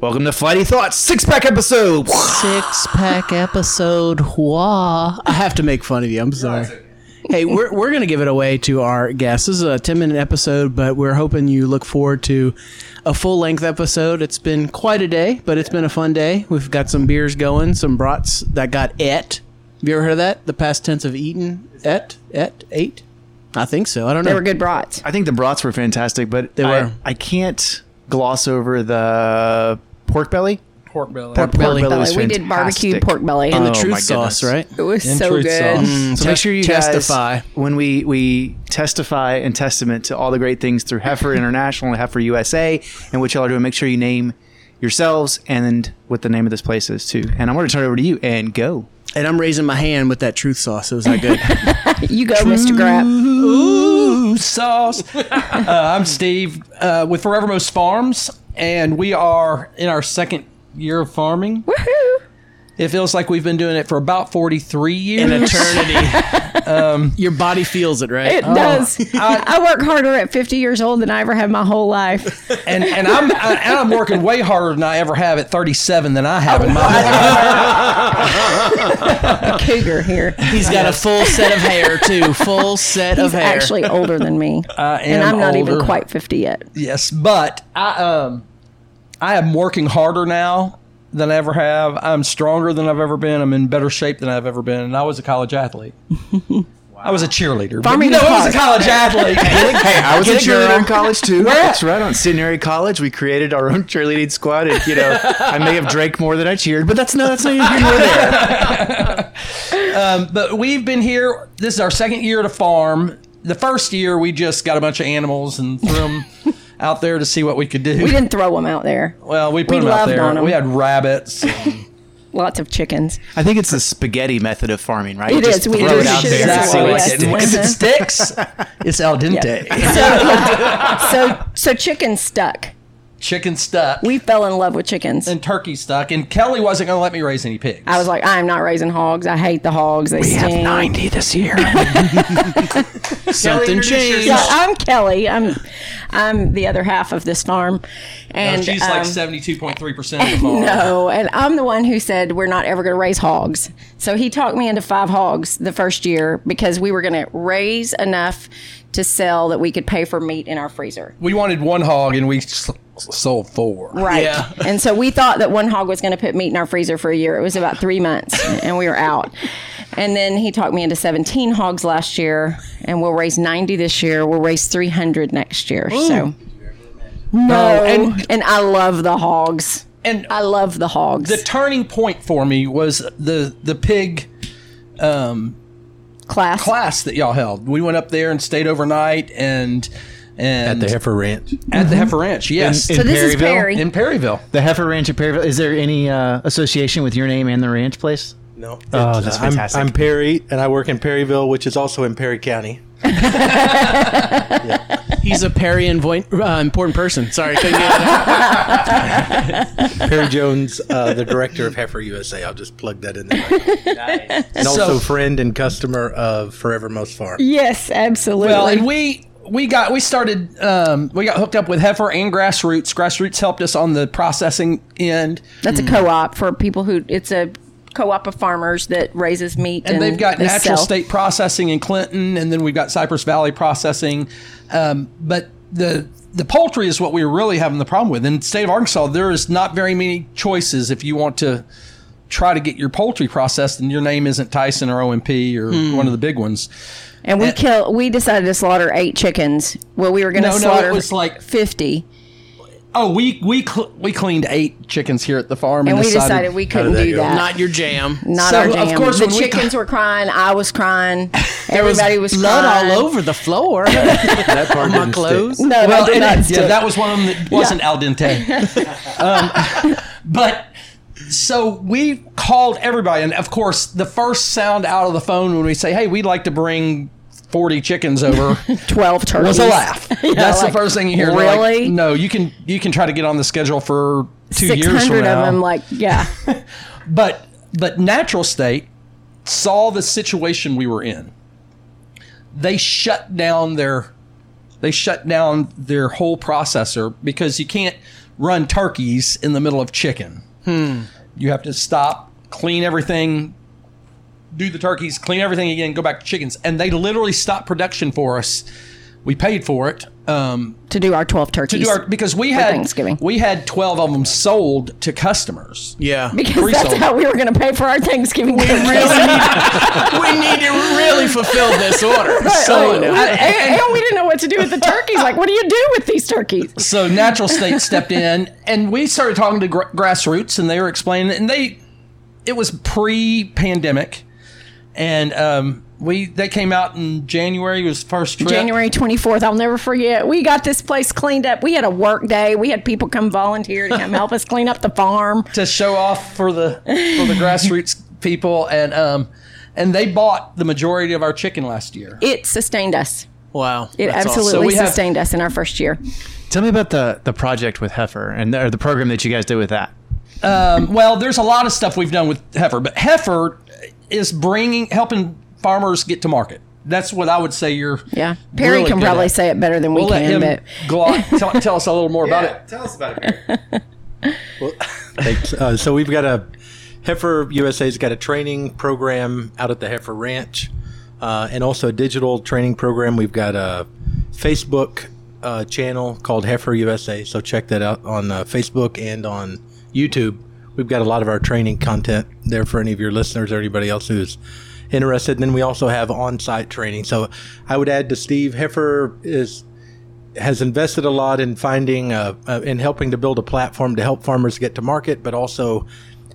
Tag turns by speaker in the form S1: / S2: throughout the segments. S1: Welcome to Flighty Thoughts six pack episode.
S2: six pack episode. Wah. I have to make fun of you. I'm sorry. Hey, we're, we're going to give it away to our guests. This is a 10 minute episode, but we're hoping you look forward to a full length episode. It's been quite a day, but it's been a fun day. We've got some beers going, some brats that got et. Have you ever heard of that? The past tense of eaten? Et? Et? Ate? I think so. I don't know.
S3: They were good brats.
S4: I think the brats were fantastic, but
S2: They
S4: I,
S2: were.
S4: I can't gloss over the pork belly.
S5: pork belly.
S4: Pork
S2: belly.
S4: was
S3: we did barbecue
S4: fantastic.
S3: pork belly.
S2: And the
S4: Oh, my
S2: truth
S4: goodness.
S2: sauce, right? Mm,
S3: it was
S5: And
S3: so
S5: truth
S3: good.
S5: sauce.
S4: So
S2: Te-
S4: make sure you guys-
S2: testify.
S4: when we we testify and testament to all the great things through Heifer International and Heifer USA and what y'all are doing. Make sure you name yourselves and what the name of this place is too. And I'm going to turn it over to you and go.
S2: And I'm raising my hand with that truth sauce. It was that good.
S3: You go, Mr. Grapp.
S5: Ooh, sauce. uh, I'm Steve uh, with Forevermost Farms, and we are in our second year of farming.
S3: Woohoo!
S5: It feels like we've been doing it for about 43
S2: An
S5: years.
S2: eternity. Your body feels it, right? Oh.
S3: It does. I, work harder at 50 years old than I ever have my whole life.
S5: And, and I'm I, and I'm working way harder than I ever have at 37 than I have in my whole life.
S3: A cougar here.
S2: He's got a full set of hair too. Full set of
S3: He's
S2: hair.
S3: actually older than me. Oh, and
S5: am
S3: I'm not even
S5: older.
S3: quite 50 yet.
S5: Yes, but I um I am working harder now than I ever have. I'm stronger than I've ever been. I'm in better shape than I've ever been. And I was a college athlete. I was a cheerleader. but
S3: Farming
S5: you
S3: is
S5: know, I
S3: hard.
S5: was a college athlete.
S4: Hey, I was a
S2: Get it, girl.
S4: cheerleader in college too. That's right. On Centenary College, we created our own cheerleading squad. And you know, I may have drank more than I cheered, but that's not that's not even here nor there.
S5: but we've been here. This is our second year to farm. The first year we just got a bunch of animals and threw them out there to see what we could do.
S3: We didn't throw them out there.
S5: well, we put
S3: we
S5: them out
S3: loved
S5: there.
S3: on 'em.
S5: We had rabbits.
S3: Lots of chickens.
S4: I think it's the spaghetti method of farming, right?
S3: It
S4: It is.
S3: is. We
S4: throw
S3: do
S4: it out
S3: shoot
S4: there
S3: it
S4: to
S3: out
S4: see what
S3: west.
S5: And if it sticks, it's al dente.
S3: So, so chickens stuck.
S5: Chicken stuck.
S3: We fell in love with chickens.
S5: and turkey stuck, and Kelly wasn't going to let me raise any pigs.
S3: I was like, I'm not raising hogs. I hate the hogs. They stink.
S4: this year.
S2: Something changed.
S3: Yeah, I'm Kelly. I'm I'm the other half of this farm, and
S5: she's like
S3: um,
S5: seventy-two point three percent of the farm.
S3: No, and I'm the one who said we're not ever going to raise hogs. So he talked me into five hogs the first year because we were going to raise enough to sell that we could pay for meat in our freezer.
S5: We wanted one hog, and we s- sold four.
S3: Right.
S2: Yeah.
S3: And so we thought that one hog was going to put meat in our freezer for a year. It was about three months, and we were out. And then he talked me into 17 hogs last year, and we'll raise 90 this year. We'll raise 300 next year. So. No, and,
S5: Oh, and-
S3: and I love the hogs.
S5: And
S3: I love the hogs.
S5: the turning point for me was the the pig
S3: class.
S5: class that y'all held. We went up there and stayed overnight, and and at the,
S1: heifer ranch.
S5: Heifer Ranch. Yes,
S3: so this is Perry.
S5: in Perryville.
S4: The Heifer Ranch in Perryville. Is there any uh, association with your name and the ranch place?
S6: No. uh,
S4: Oh, that's
S6: I'm,
S4: fantastic.
S6: I'm Perry, and I work in Perryville, which is also in Perry County.
S2: He's a Perry invoi- uh, important person. Sorry, couldn't get it out.
S6: Perry Jones, uh, the director of Heifer USA. I'll just plug that in there. And also friend and customer of Forever Most Farm.
S3: Yes, absolutely.
S5: Well, and we we got we started um, we got hooked up with Heifer and Grassroots. Grassroots helped us on the processing end.
S3: That's a co-op for people who it's a co-op of farmers that raises meat and,
S5: and they've got
S3: they
S5: natural
S3: sell.
S5: state processing in Clinton, and then we've got Cypress Valley processing. Um, but the the poultry is what we're really having the problem with. In the state of Arkansas, there is not very many choices if you want to try to get your poultry processed and your name isn't Tyson or OMP or
S3: Hmm.
S5: one of the big ones.
S3: And we kill we decided to slaughter 8 chickens. Well, we were going to
S5: No, no, it
S3: slaughter
S5: was like-
S3: 50
S5: Oh, we we cl- we cleaned eight chickens here at the farm,
S3: and we decided we couldn't
S6: that
S3: do
S6: go?
S3: that. Not,
S2: Not your jam.
S5: So,
S3: our
S5: of
S3: jam.
S5: course,
S3: the
S5: when we
S3: chickens
S5: got-
S3: were crying, I was crying. Everybody was,
S2: blood
S3: crying.
S2: all over the floor.
S6: That part
S2: my
S6: didn't stick.
S2: clothes.
S3: No,
S5: well,
S3: that did
S5: and-
S3: not
S5: yeah,
S3: stick.
S5: that was one of them that wasn't al dente. um, but so we called everybody, and of course, the first sound out of the phone when we say, "Hey, we'd like to bring." 40 chickens over
S3: 12 turkeys.
S5: was a laugh. That's
S3: like,
S5: the first thing you hear. They're like,
S3: really?
S5: no, you can you can try to get on the schedule for two years
S3: 600
S5: from
S3: of
S5: now.
S3: them like, yeah.
S5: But but natural state saw the situation we were in. They shut down their they shut down their whole processor because you can't run turkeys in the middle of chicken. You have to stop, clean everything, do the turkeys, clean everything again, go back to chickens. And they literally stopped production for us. We paid for it. Um,
S3: to do our 12 turkeys.
S5: to do our because we had
S3: Thanksgiving.
S5: we had 12 of them sold to customers
S2: Yeah.
S3: because that's
S5: pre-sold.
S3: how we were going to pay for our Thanksgiving. dinner.
S2: we need to really fulfill this order.
S5: So-
S3: and, and- and we didn't know what to do with the turkeys. Like, what do you do with these turkeys?
S5: so natural state stepped in and we started talking to gra- grassroots and they were explaining and they it was pre-pandemic and um we they came out in january was the first trip.
S3: January 24th, I'll never forget. We got this place cleaned up. We had a work day. We had people come volunteer to come help us clean up the farm.
S5: to show off for the for the grassroots people and um and they bought the majority of our chicken last year
S3: It sustained us.
S2: Wow.
S3: It
S2: That's awesome.
S3: absolutely
S5: we have-
S3: sustained us in our first year.
S4: Tell me about the the project with Heifer and the, or the program that you guys did with that.
S5: Um, well, there's a lot of stuff we've done with heifer, but heifer is bringing helping farmers get to market. That's what I would say. You're
S3: Yeah. Perry
S5: really
S3: can
S5: good
S3: probably
S5: at.
S3: say it better than
S5: We'll
S3: we
S5: let
S3: can,
S5: him
S3: but
S5: go on, tell, tell us a little more about it.
S4: Tell us about it.
S6: Thanks. Uh, so we've got a Heifer USA's got a training program out at the Heifer Ranch, uh, and also a digital training program. We've got a Facebook uh, channel called Heifer USA. So check that out on uh, Facebook and on YouTube. We've got a lot of our training content there for any of your listeners or anybody else who's interested. And then we also have on-site training. So I would add to Steve, Heifer is has invested a lot in finding uh, uh, in helping to build a platform to help farmers get to market, but also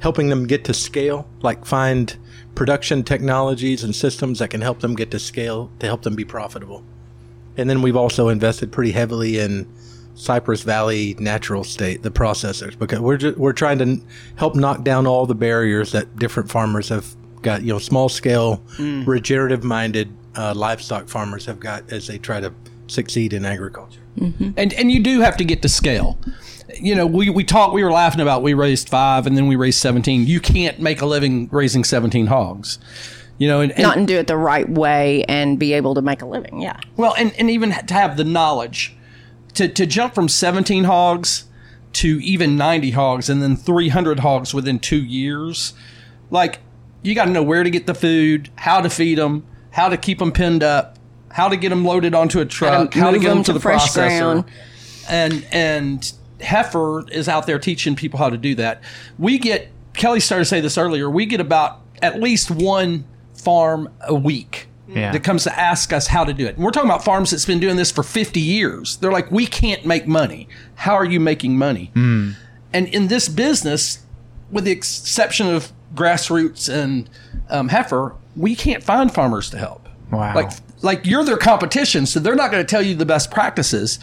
S6: helping them get to scale, like find production technologies and systems that can help them get to scale to help them be profitable. And then we've also invested pretty heavily in Cypress Valley Natural State, the processors, because we're ju- we're trying to n- help knock down all the barriers that different farmers have got. You know, small scale, regenerative minded uh, livestock farmers have got as they try to succeed in agriculture.
S5: and and you do have to get to scale you know we we talked we were laughing about we raised five and then we raised 17 you can't make a living raising 17 hogs you know and, and
S3: not and do it the right way and be able to make a living. Yeah.
S5: Well, and, and even to have the knowledge to, to jump from 17 hogs to even 90 hogs and then 300 hogs within two years, like you got to know where to get the food, how to feed them, how to keep them pinned up, how to get them loaded onto a truck, how to,
S3: move
S5: get them
S3: 'em to
S5: to the
S3: fresh
S5: processor.
S3: ground.
S5: And, and Heifer is out there teaching people how to do that. We get, Kelly started to say this earlier, we get about at least one farm a week
S4: Yeah.
S5: that comes to ask us how to do it. And we're talking about farms that's been doing this for 50 years. They're like, we can't make money. How are you making money? And in this business, with the exception of grassroots and um, heifer, we can't find farmers to help.
S4: Wow.
S5: Like, like you're their competition, so they're not going to tell you the best practices.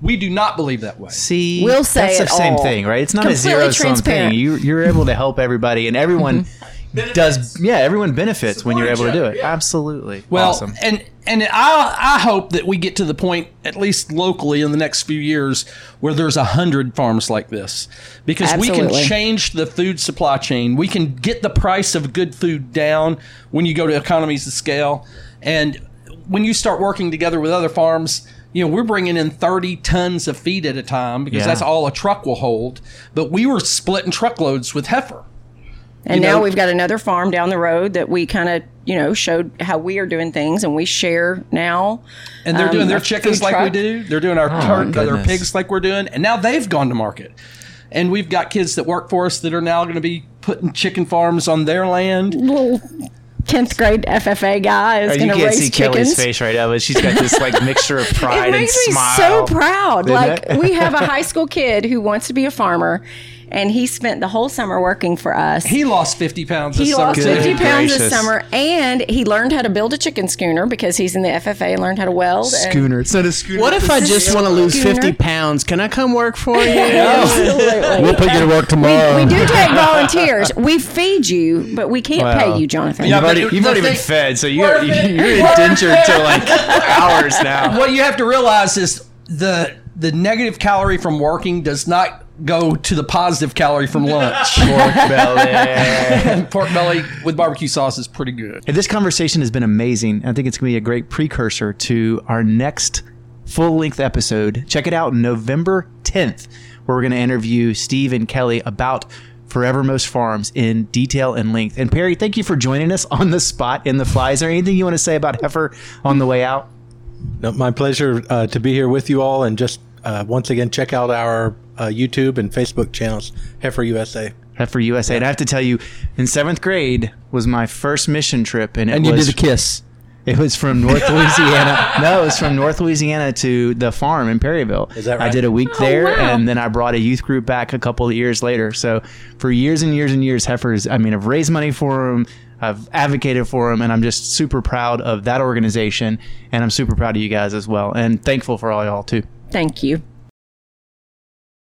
S5: We do not believe that way.
S4: See,
S3: We'll say
S4: that's
S3: it
S4: the same
S3: all.
S4: thing, right? It's not
S3: Completely
S4: a zero sum thing.
S3: transparent. Mm-hmm.
S4: You, you're able to help everybody, and everyone does. Yeah, everyone benefits when you're able to do it. Absolutely.
S5: Well,
S4: awesome.
S5: and and I I hope that we get to the point at least locally in the next few years where there's a hundred farms like this because we
S3: Absolutely.
S5: can change the food supply chain. We can get the price of good food down when you go to economies of scale, and when you start working together with other farms. You know, we're bringing in 30 tons of feed at a time because
S4: Yeah.
S5: that's all a truck will hold. But we were splitting truckloads with heifer.
S3: And
S5: You
S3: now
S5: know-
S3: we've got another farm down the road that we kind of, you know, showed how we are doing things and we share now.
S5: and they're
S3: um,
S5: doing their
S3: a food
S5: chickens like we
S3: truck.
S5: do. They're doing our
S4: Oh,
S5: turk, their
S4: goodness.
S5: pigs like we're doing, and now they've gone to market. And we've got kids that work for us that are now going to be putting chicken farms on their land.
S3: Little 10th grade FFA guy is
S4: Oh, you
S3: going to
S4: can't
S3: raise
S4: see
S3: chickens.
S4: Kelly's face right now, but she's got this like mixture of pride
S3: it makes
S4: and
S3: me
S4: smile.
S3: so proud.
S4: Isn't
S3: Like
S4: it?
S3: we have a high school kid who wants to be a farmer, and he spent the whole summer working for us.
S5: He lost fifty pounds.
S3: He
S5: this
S3: lost
S5: summer.
S3: 50
S4: Good
S3: pounds this
S4: gracious.
S3: summer, and he learned how to build a chicken schooner because he's in the FFA and learned how to weld. and-
S4: It's not a schooner.
S2: What if I just want to lose 50 pounds? Can I come work for you?
S3: Absolutely.
S1: We'll put you to work tomorrow.
S3: We do take volunteers. We feed you, but we can't
S4: Wow.
S3: pay you, Jonathan.
S4: You've
S5: but
S4: already,
S5: the
S4: you've already
S5: thing-
S4: been fed, so you,
S5: Worth
S4: you,
S5: it.
S4: you're indentured to like hours now.
S5: What you have to realize is the the negative calorie from working does not go to the positive calorie from lunch.
S4: Pork belly.
S5: and pork belly with barbecue sauce is pretty good.
S4: Hey, This conversation has been amazing. I think it's going to be a great precursor to our next full length episode. Check it out November 10th. where we're going to interview Steve and Kelly about Forevermost Farms in detail and length. And Perry, thank you for joining us on the spot in the fly. Is there anything you want to say about heifer on the way out?
S6: No, my pleasure uh, to be here with you all, and just uh, once again check out our uh, YouTube and Facebook channels, Heifer USA.
S4: Heifer USA. And I have to tell you, in seventh grade was my first mission trip, and it
S5: And you
S4: was
S5: did a kiss.
S4: It was from North Louisiana. No, it was from North Louisiana to the farm in Perryville.
S6: Is that
S4: I
S6: right? Oh,
S4: did a week there,
S3: wow.
S4: and then I brought a youth group back a couple of years later. So for years and years and years, heifers. I mean, I've raised money for them. I've advocated for them, and I'm just super proud of that organization, and I'm super proud of you guys as well, and thankful for all y'all too.
S3: Thank you.